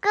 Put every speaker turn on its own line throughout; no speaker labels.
哥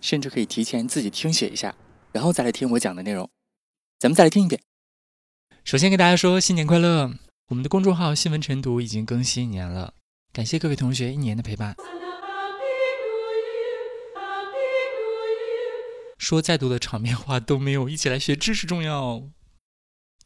甚至可以提前自己听写一下，然后再来听我讲的内容。咱们再来听一遍。首先跟大家说新年快乐！我们的公众号“新闻晨读”已经更新一年了，感谢各位同学一年的陪伴。说再多的场面话都没有一起来学知识重要。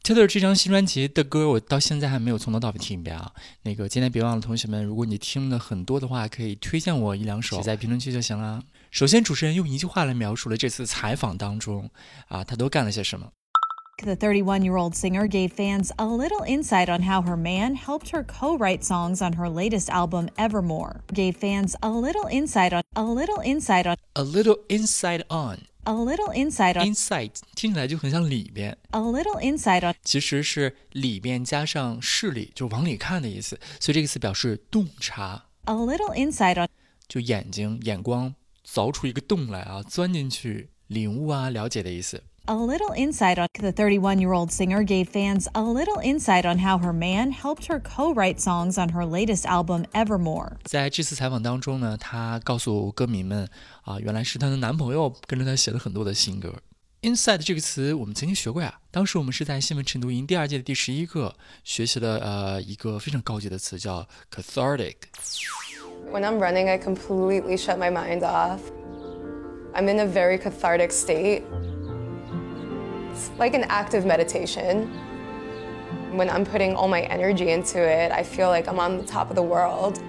Taylor 这张新专辑的歌，我到现在还没有从头到尾听一遍啊。那个今天别忘了，同学们，如果你听了很多的话，可以推荐我一两首，写在评论区就行了。首先，主持人用一句话来描述了这次采访当中啊，他都干了些什么。
The 31 year old singer gave fans a little insight on how her man helped her co write songs on her latest album, Evermore. Gave fans a little insight on, a little insight on,
A little inside on
a little insight on,
inside，听起来就很像里边，
a little insight on,
其实是里边加上视力，就往里看的意思。所以这个词表示洞察，
a little insight on,
就眼睛眼光凿出一个洞来啊，钻进去领悟啊，了解的意思。
a little insight on. The 31 year old singer gave fans a little insight on how her man helped her co write songs on her latest album, Evermore.
在这次采访当中呢，她告诉歌迷们啊，原来是她的男朋友跟着她写了很多的新歌。Inside 这个词我们曾经学过呀，当时我们是在新闻晨读营第二届的第十一课学习了呃一个非常高级的词叫 cathartic。
When I'm running, I completely shut my mind off. I'm in a very cathartic state. It's like an active meditation. When I'm putting all my energy into it, I feel like I'm on the top of the world.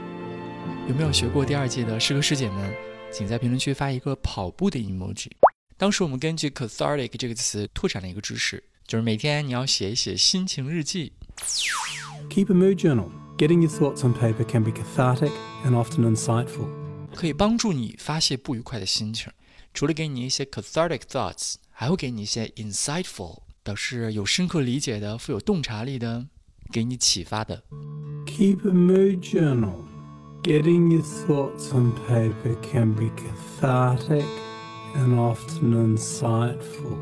有没有学过第二届的师哥师姐们？请在评论区发一个跑步的 emoji。当时我们根据 cathartic 这个词拓展了一个知识，就是每天你要写一写心情日记。
Keep a mood journal. Getting your thoughts on paper can be cathartic and often insightful.
可以帮助你发泄不愉快的心情。除了给你一些 cathartic thoughts，还会给你一些 insightful，表示有深刻理解的、富有洞察力的、给你启发的。
Keep a mood journal. Getting your thoughts on paper can be cathartic and often insightful.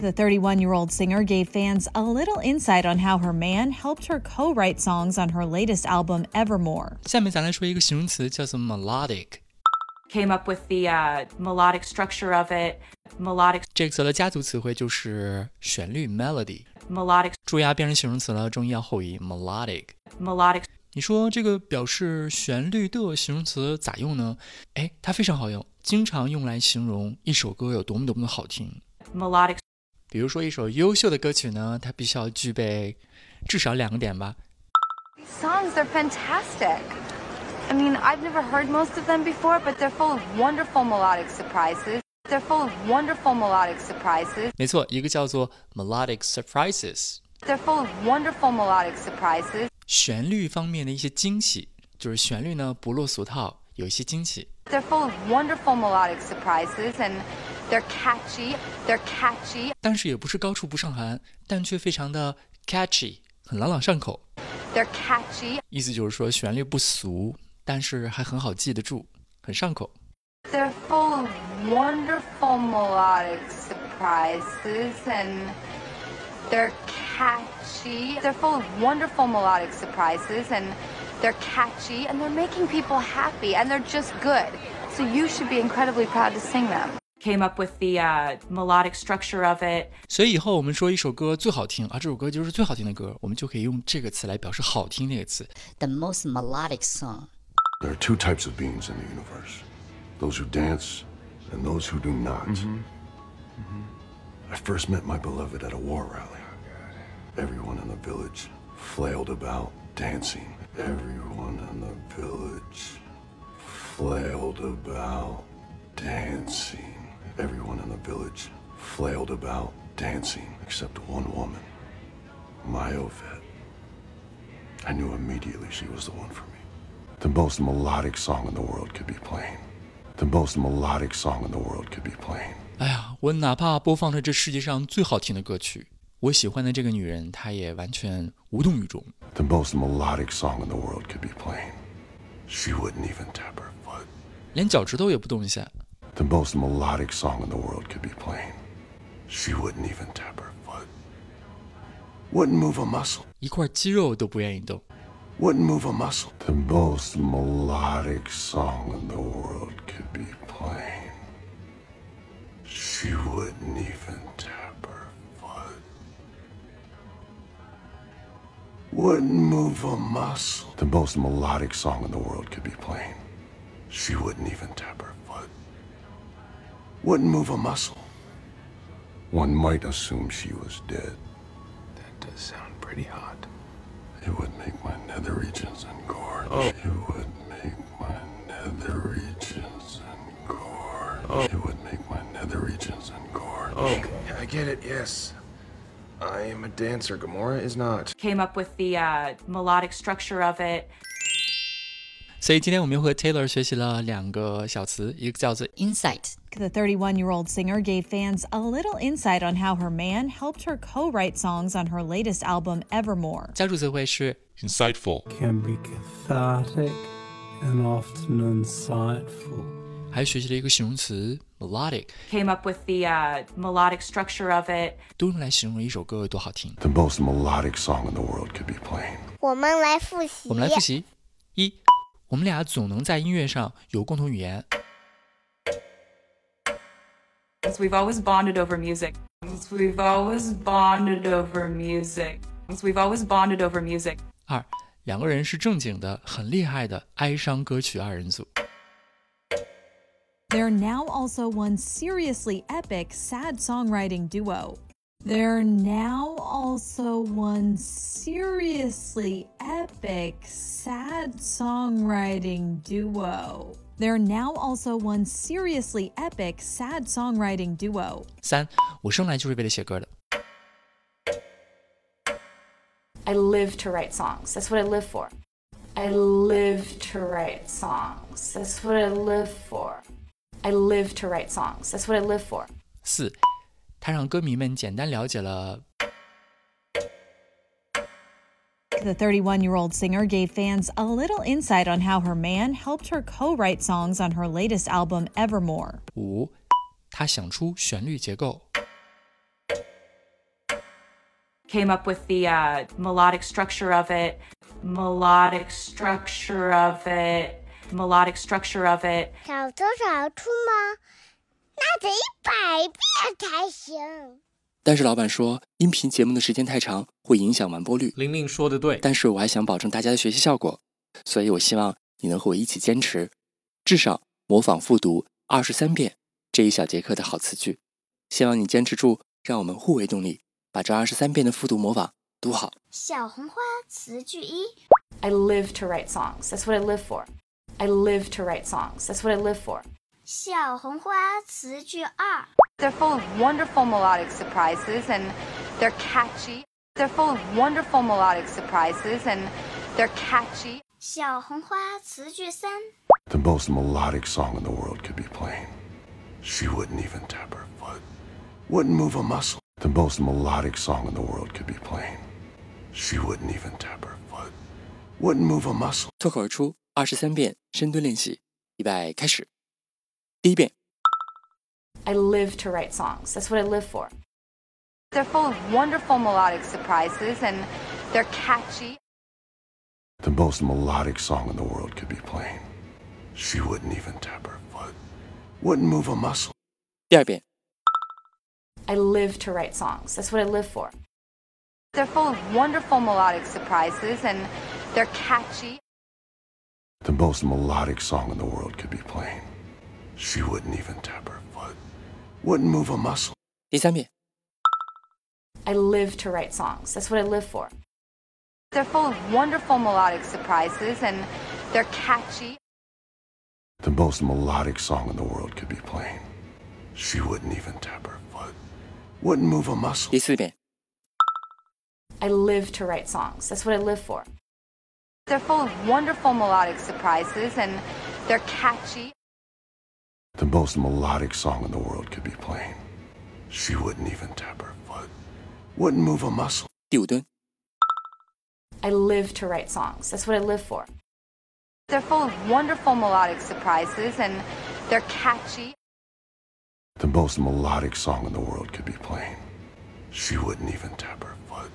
The 31 year old singer gave fans a little insight on how her man helped her co write songs on her latest album, Evermore.
下面咱来说一个形容词，叫做 melodic。
came up with the uh, melodic structure of it, melodic,
这个词的家族词汇就是旋律 melody。
melodic,
注意啊，变成形容词了，重音要后移 melodic。
melodic
你说这个表示旋律的形容词咋用呢？哎，它非常好用，经常用来形容一首歌有多么多么的好听。
melodic
比如说一首优秀的歌曲呢，它必须要具备至少两个点吧。
These songs, they're fantastic. I mean, I've never heard most of them before, but they're full of wonderful melodic surprises. They're full of wonderful melodic surprises.
没错，一个叫做 melodic surprises，
They're full of wonderful melodic surprises.
旋律方面的一些惊喜，就是旋律呢不落俗套，有一些惊喜。
They're full of wonderful melodic surprises, and they're catchy. They're catchy.
但是也不是高处不胜寒，但却非常的 catchy，很朗朗上口。
They're catchy.
意思就是说旋律不俗，但是还很好记得住，很上口。
They're full of wonderful melodic surprises, and they're catchy. They're full of wonderful melodic surprises, and they're catchy, and they're making people happy, and they're just good. So you should be incredibly proud to sing them.
came up with the uh, melodic structure of it,
所以以后我们说一首歌最好听啊，这首歌就是最好听的歌，我们就可以用这个词来表示好听这个词。
the most melodic song.
There are two types of beings in the universe those who dance and those who do not. Mm-hmm. I first met my beloved at a war rally. Everyone in the village flailed about dancing. Everyone in the village flailed about dancing. Everyone in the village flailed about dancing except one woman, my Ovet. I knew immediately she was the one for me. The most melodic song in the world could be playing. The most melodic song in the world could be playing.
啊、哎呀，我哪怕播放着这世界上最好听的歌曲，我喜欢的这个女人，她也完全无动于衷。
The most melodic song in the world could be playing. She wouldn't even tap her foot.
连脚趾头也不动一下。
The most melodic song in the world could be playing. She wouldn't even tap her foot. Wouldn't move a muscle.
一块肌肉都不愿意动。
Wouldn't move a muscle. The most melodic song in the world could be playing. She wouldn't even tap her foot. Wouldn't move a muscle. The most melodic song in the world could be playing. She wouldn't even tap her foot. Wouldn't move a muscle. One might assume she was dead. That does sound pretty hot. It would make my nether regions engorge. Oh. It would make my nether regions engorge. Oh. It would make my nether regions engorge.
Oh, I get it, yes. I am a dancer. Gamora is not.
Came up with the uh, melodic structure of it.
所以今天我们又和 Taylor 学习了两个小词，一个叫做
insight，
The 31 year old singer gave fans a little insight on how her man helped her co write songs on her latest album, Evermore.
加助词汇是
insightful,
can be cathartic and often insightful.
还学习了一个形容词 melodic，
Came up with the uh, melodic structure of it.
都用来形容一首歌有多好听。
The most melodic song in the world could be playing.
我们来复习。
我们来复。习：一，我们俩总能在音乐上有共同语言。
Since We've always bonded over music. Since We've always bonded over music. Since We've always bonded over music.
二，两个人是正经的、很厉害的哀伤歌曲二人组。
They're now also one seriously epic sad songwriting duo. They're now also one seriously epic sad songwriting duo. They're now also one seriously epic sad songwriting duo.
三，我生来就是为了写歌的。
I live to write songs. That's what I live for. I live to write songs. That's what I live for. I live to write songs. That's what I live for.
四，他让歌迷们简单了解了
The 31 year old singer gave fans a little insight on how her man helped her co write songs on her latest album, Evermore.
五，他想出旋律结构。
Came up with the uh, melodic structure of it. Melodic structure of it. Melodic structure of it.
找得找出吗？那得一百遍才行。
但是老板说，音频节目的时间太长，会影响完播率。
玲玲说的对，
但是我还想保证大家的学习效果，所以我希望你能和我一起坚持，至少模仿复读二十三遍这一小节课的好词句。希望你坚持住，让我们互为动力，把这二十三遍的复读模仿读好。
小红花词句一，
I live to write songs. That's what I live for. I live to write songs. That's what I live for.
小红花词句二，
They're full of wonderful melodic surprises and they're catchy. They're full of wonderful melodic surprises and they're catchy.
小红花词句三，
The most melodic song in the world could be playing. She wouldn't even tap her foot. Wouldn't move a muscle. The most melodic song in the world could be playing. She wouldn't even tap her foot. Wouldn't move a muscle.
脱口而出二十三遍深蹲练习，预备开始。第一遍
I live to write songs. That's what I live for.
They're full of wonderful melodic surprises and they're catchy.
The most melodic song in the world could be playing. She wouldn't even tap her foot. Wouldn't move a muscle.
第二遍
I live to write songs. That's what I live for.
They're full of wonderful melodic surprises and they're catchy.
The most melodic song in the world could be playing. She wouldn't even tap her foot. Wouldn't move a muscle.
第三遍
I live to write songs. That's what I live for.
They're full of wonderful melodic surprises and they're catchy.
The most melodic song in the world could be playing. She wouldn't even tap her foot. Wouldn't move a muscle.
第四遍
I live to write songs. That's what I live for.
They're full of wonderful melodic surprises and they're catchy.
The most melodic song in the world could be playing. She wouldn't even tap her foot, wouldn't move a muscle.
第五蹲，
I live to write songs. That's what I live for.
They're full of wonderful melodic surprises and they're catchy.
The most melodic song in the world could be playing. She wouldn't even tap her foot,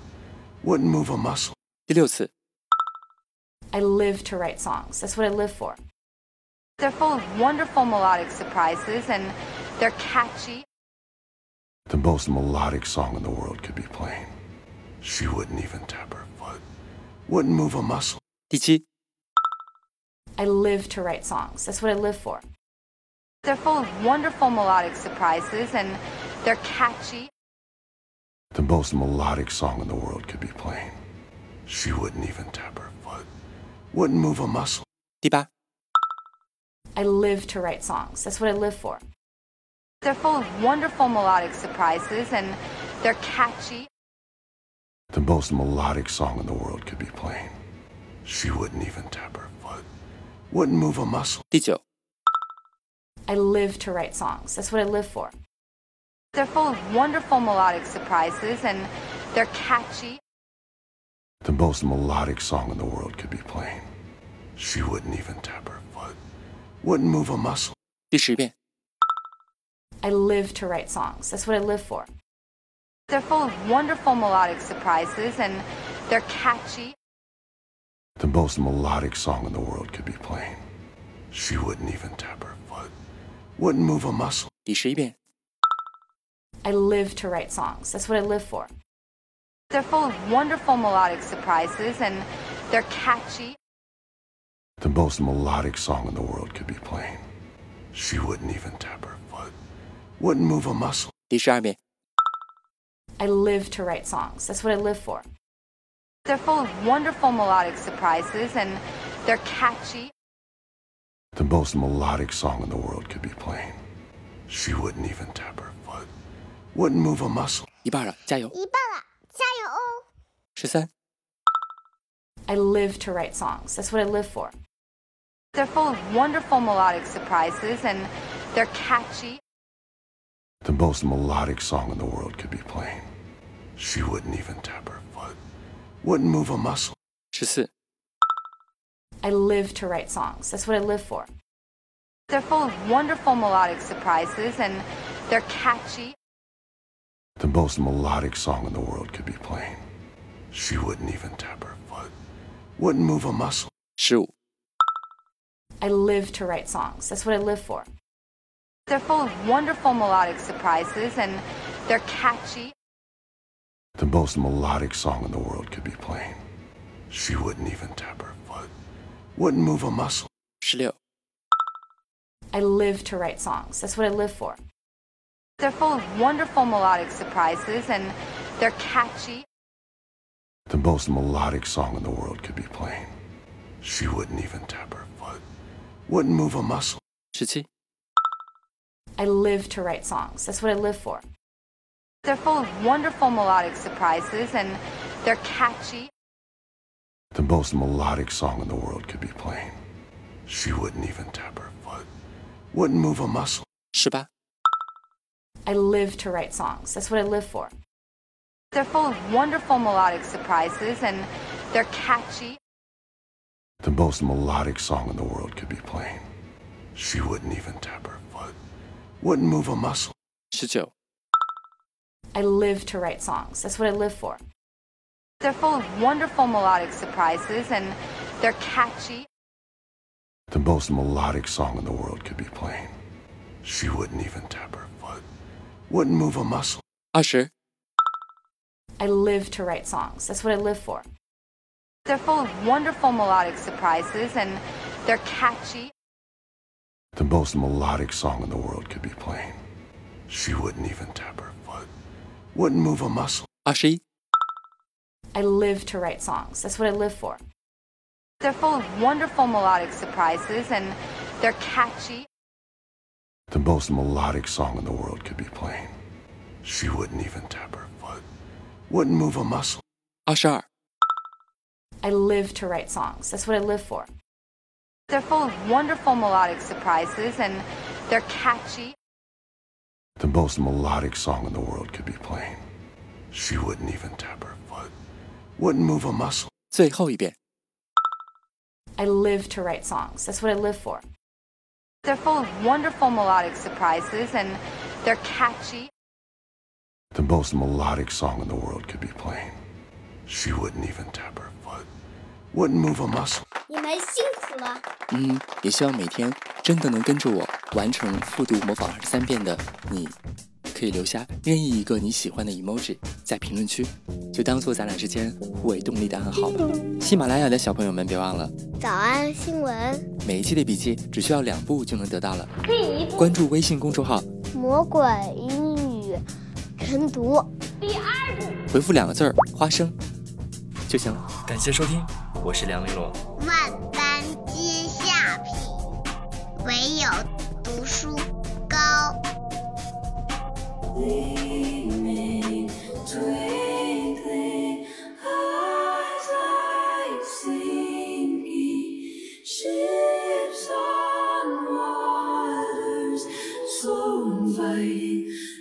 wouldn't move a muscle.
第六次，
I live to write songs. That's what I live for.
They're full of wonderful melodic surprises and they're catchy.
The most melodic song in the world could be playing. She wouldn't even tap her foot, wouldn't move a muscle.
第七、
I live to write songs. That's what I live for.
They're full of wonderful melodic surprises and they're catchy.
The most melodic song in the world could be playing. She wouldn't even tap her foot, wouldn't move a muscle.
第八、
I live to write songs. That's what I live for.
They're full of wonderful melodic surprises and they're catchy.
The most melodic song in the world could be playing. She wouldn't even tap her foot, wouldn't move a muscle.
第九、
I live to write songs. That's what I live for.
They're full of wonderful melodic surprises and they're catchy.
The most melodic song in the world could be playing. She wouldn't even tap her foot, wouldn't move a muscle.
第十遍、
I live to write songs. That's what I live for.
They're full of wonderful melodic surprises and they're catchy.
The most melodic song in the world could be playing. She wouldn't even tap her foot, wouldn't move a muscle.
第十一遍、
I live to write songs. That's what I live for.
They're full of wonderful melodic surprises and they're catchy.
The most melodic song in the world could be playing. She wouldn't even tap her foot, wouldn't move a muscle.
第十二遍、
I live to write songs. That's what I live for.
They're full of wonderful melodic surprises and they're catchy.
The most melodic song in the world could be playing. She wouldn't even tap her foot, wouldn't move a muscle.
一半了，加油！
一半了，加油哦！
十三、
I live to write songs. That's what I live for.
They're full of wonderful melodic surprises and they're catchy.
The most melodic song in the world could be playing. She wouldn't even tap her foot, wouldn't move a muscle.
十四、
I live to write songs. That's what I live for.
They're full of wonderful melodic surprises and they're catchy.
The most melodic song in the world could be playing. She wouldn't even tap her foot, wouldn't move a muscle.
十五、
I live to write songs. That's what I live for.
They're full of wonderful melodic surprises and they're catchy.
The most melodic song in the world could be playing. She wouldn't even tap her foot, wouldn't move a muscle.
十六、
I live to write songs. That's what I live for.
They're full of wonderful melodic surprises and they're catchy.
The most melodic song in the world could be playing. She wouldn't even tap her foot, wouldn't move a muscle.
十七、
I live to write songs. That's what I live for.
They're full of wonderful melodic surprises and they're catchy.
The most melodic song in the world could be playing. She wouldn't even tap her foot, wouldn't move a muscle.
十八、
I live to write songs. That's what I live for.
They're full of wonderful melodic surprises and they're catchy.
The most melodic song in the world could be playing. She wouldn't even tap her foot, wouldn't move a muscle.
十九、
I live to write songs. That's what I live for.
They're full of wonderful melodic surprises and they're catchy.
The most melodic song in the world could be playing. She wouldn't even tap her foot, wouldn't move a muscle.
二十、
I live to write songs. That's what I live for.
They're full of wonderful melodic surprises and they're catchy.
The most melodic song in the world could be playing. She wouldn't even tap her foot, wouldn't move a muscle.
二十一、
I live to write songs. That's what I live for.
They're full of wonderful melodic surprises and they're catchy.
The most melodic song in the world could be playing. She wouldn't even tap her foot, wouldn't move a muscle.
二十二、
I live to write songs. That's what I live for.
They're full of wonderful melodic surprises and They're catchy.
The most melodic song in the world could be playing. She wouldn't even tap her foot, wouldn't move a muscle.
最后一遍，
I live to write songs. That's what I live for.
They're full of wonderful melodic surprises and they're catchy.
The most melodic song in the world could be playing. She wouldn't even tap her foot, wouldn't move a muscle.
你们辛苦了。
嗯，也希望每天真的能跟着我完成复读模仿二十三遍的你，可以留下任意一个你喜欢的 emoji 在评论区，就当做咱俩之间互为动力的暗号吧。喜马拉雅的小朋友们，别忘了
早安新闻，
每一期的笔记只需要两步就能得到了。
第一步
关注微信公众号，
魔鬼英语晨读，第二步
回复两个字儿“花生”就行了。感谢收听，我是梁丽罗。
万般皆下品，唯有读书高。
Ships on waters so inviting.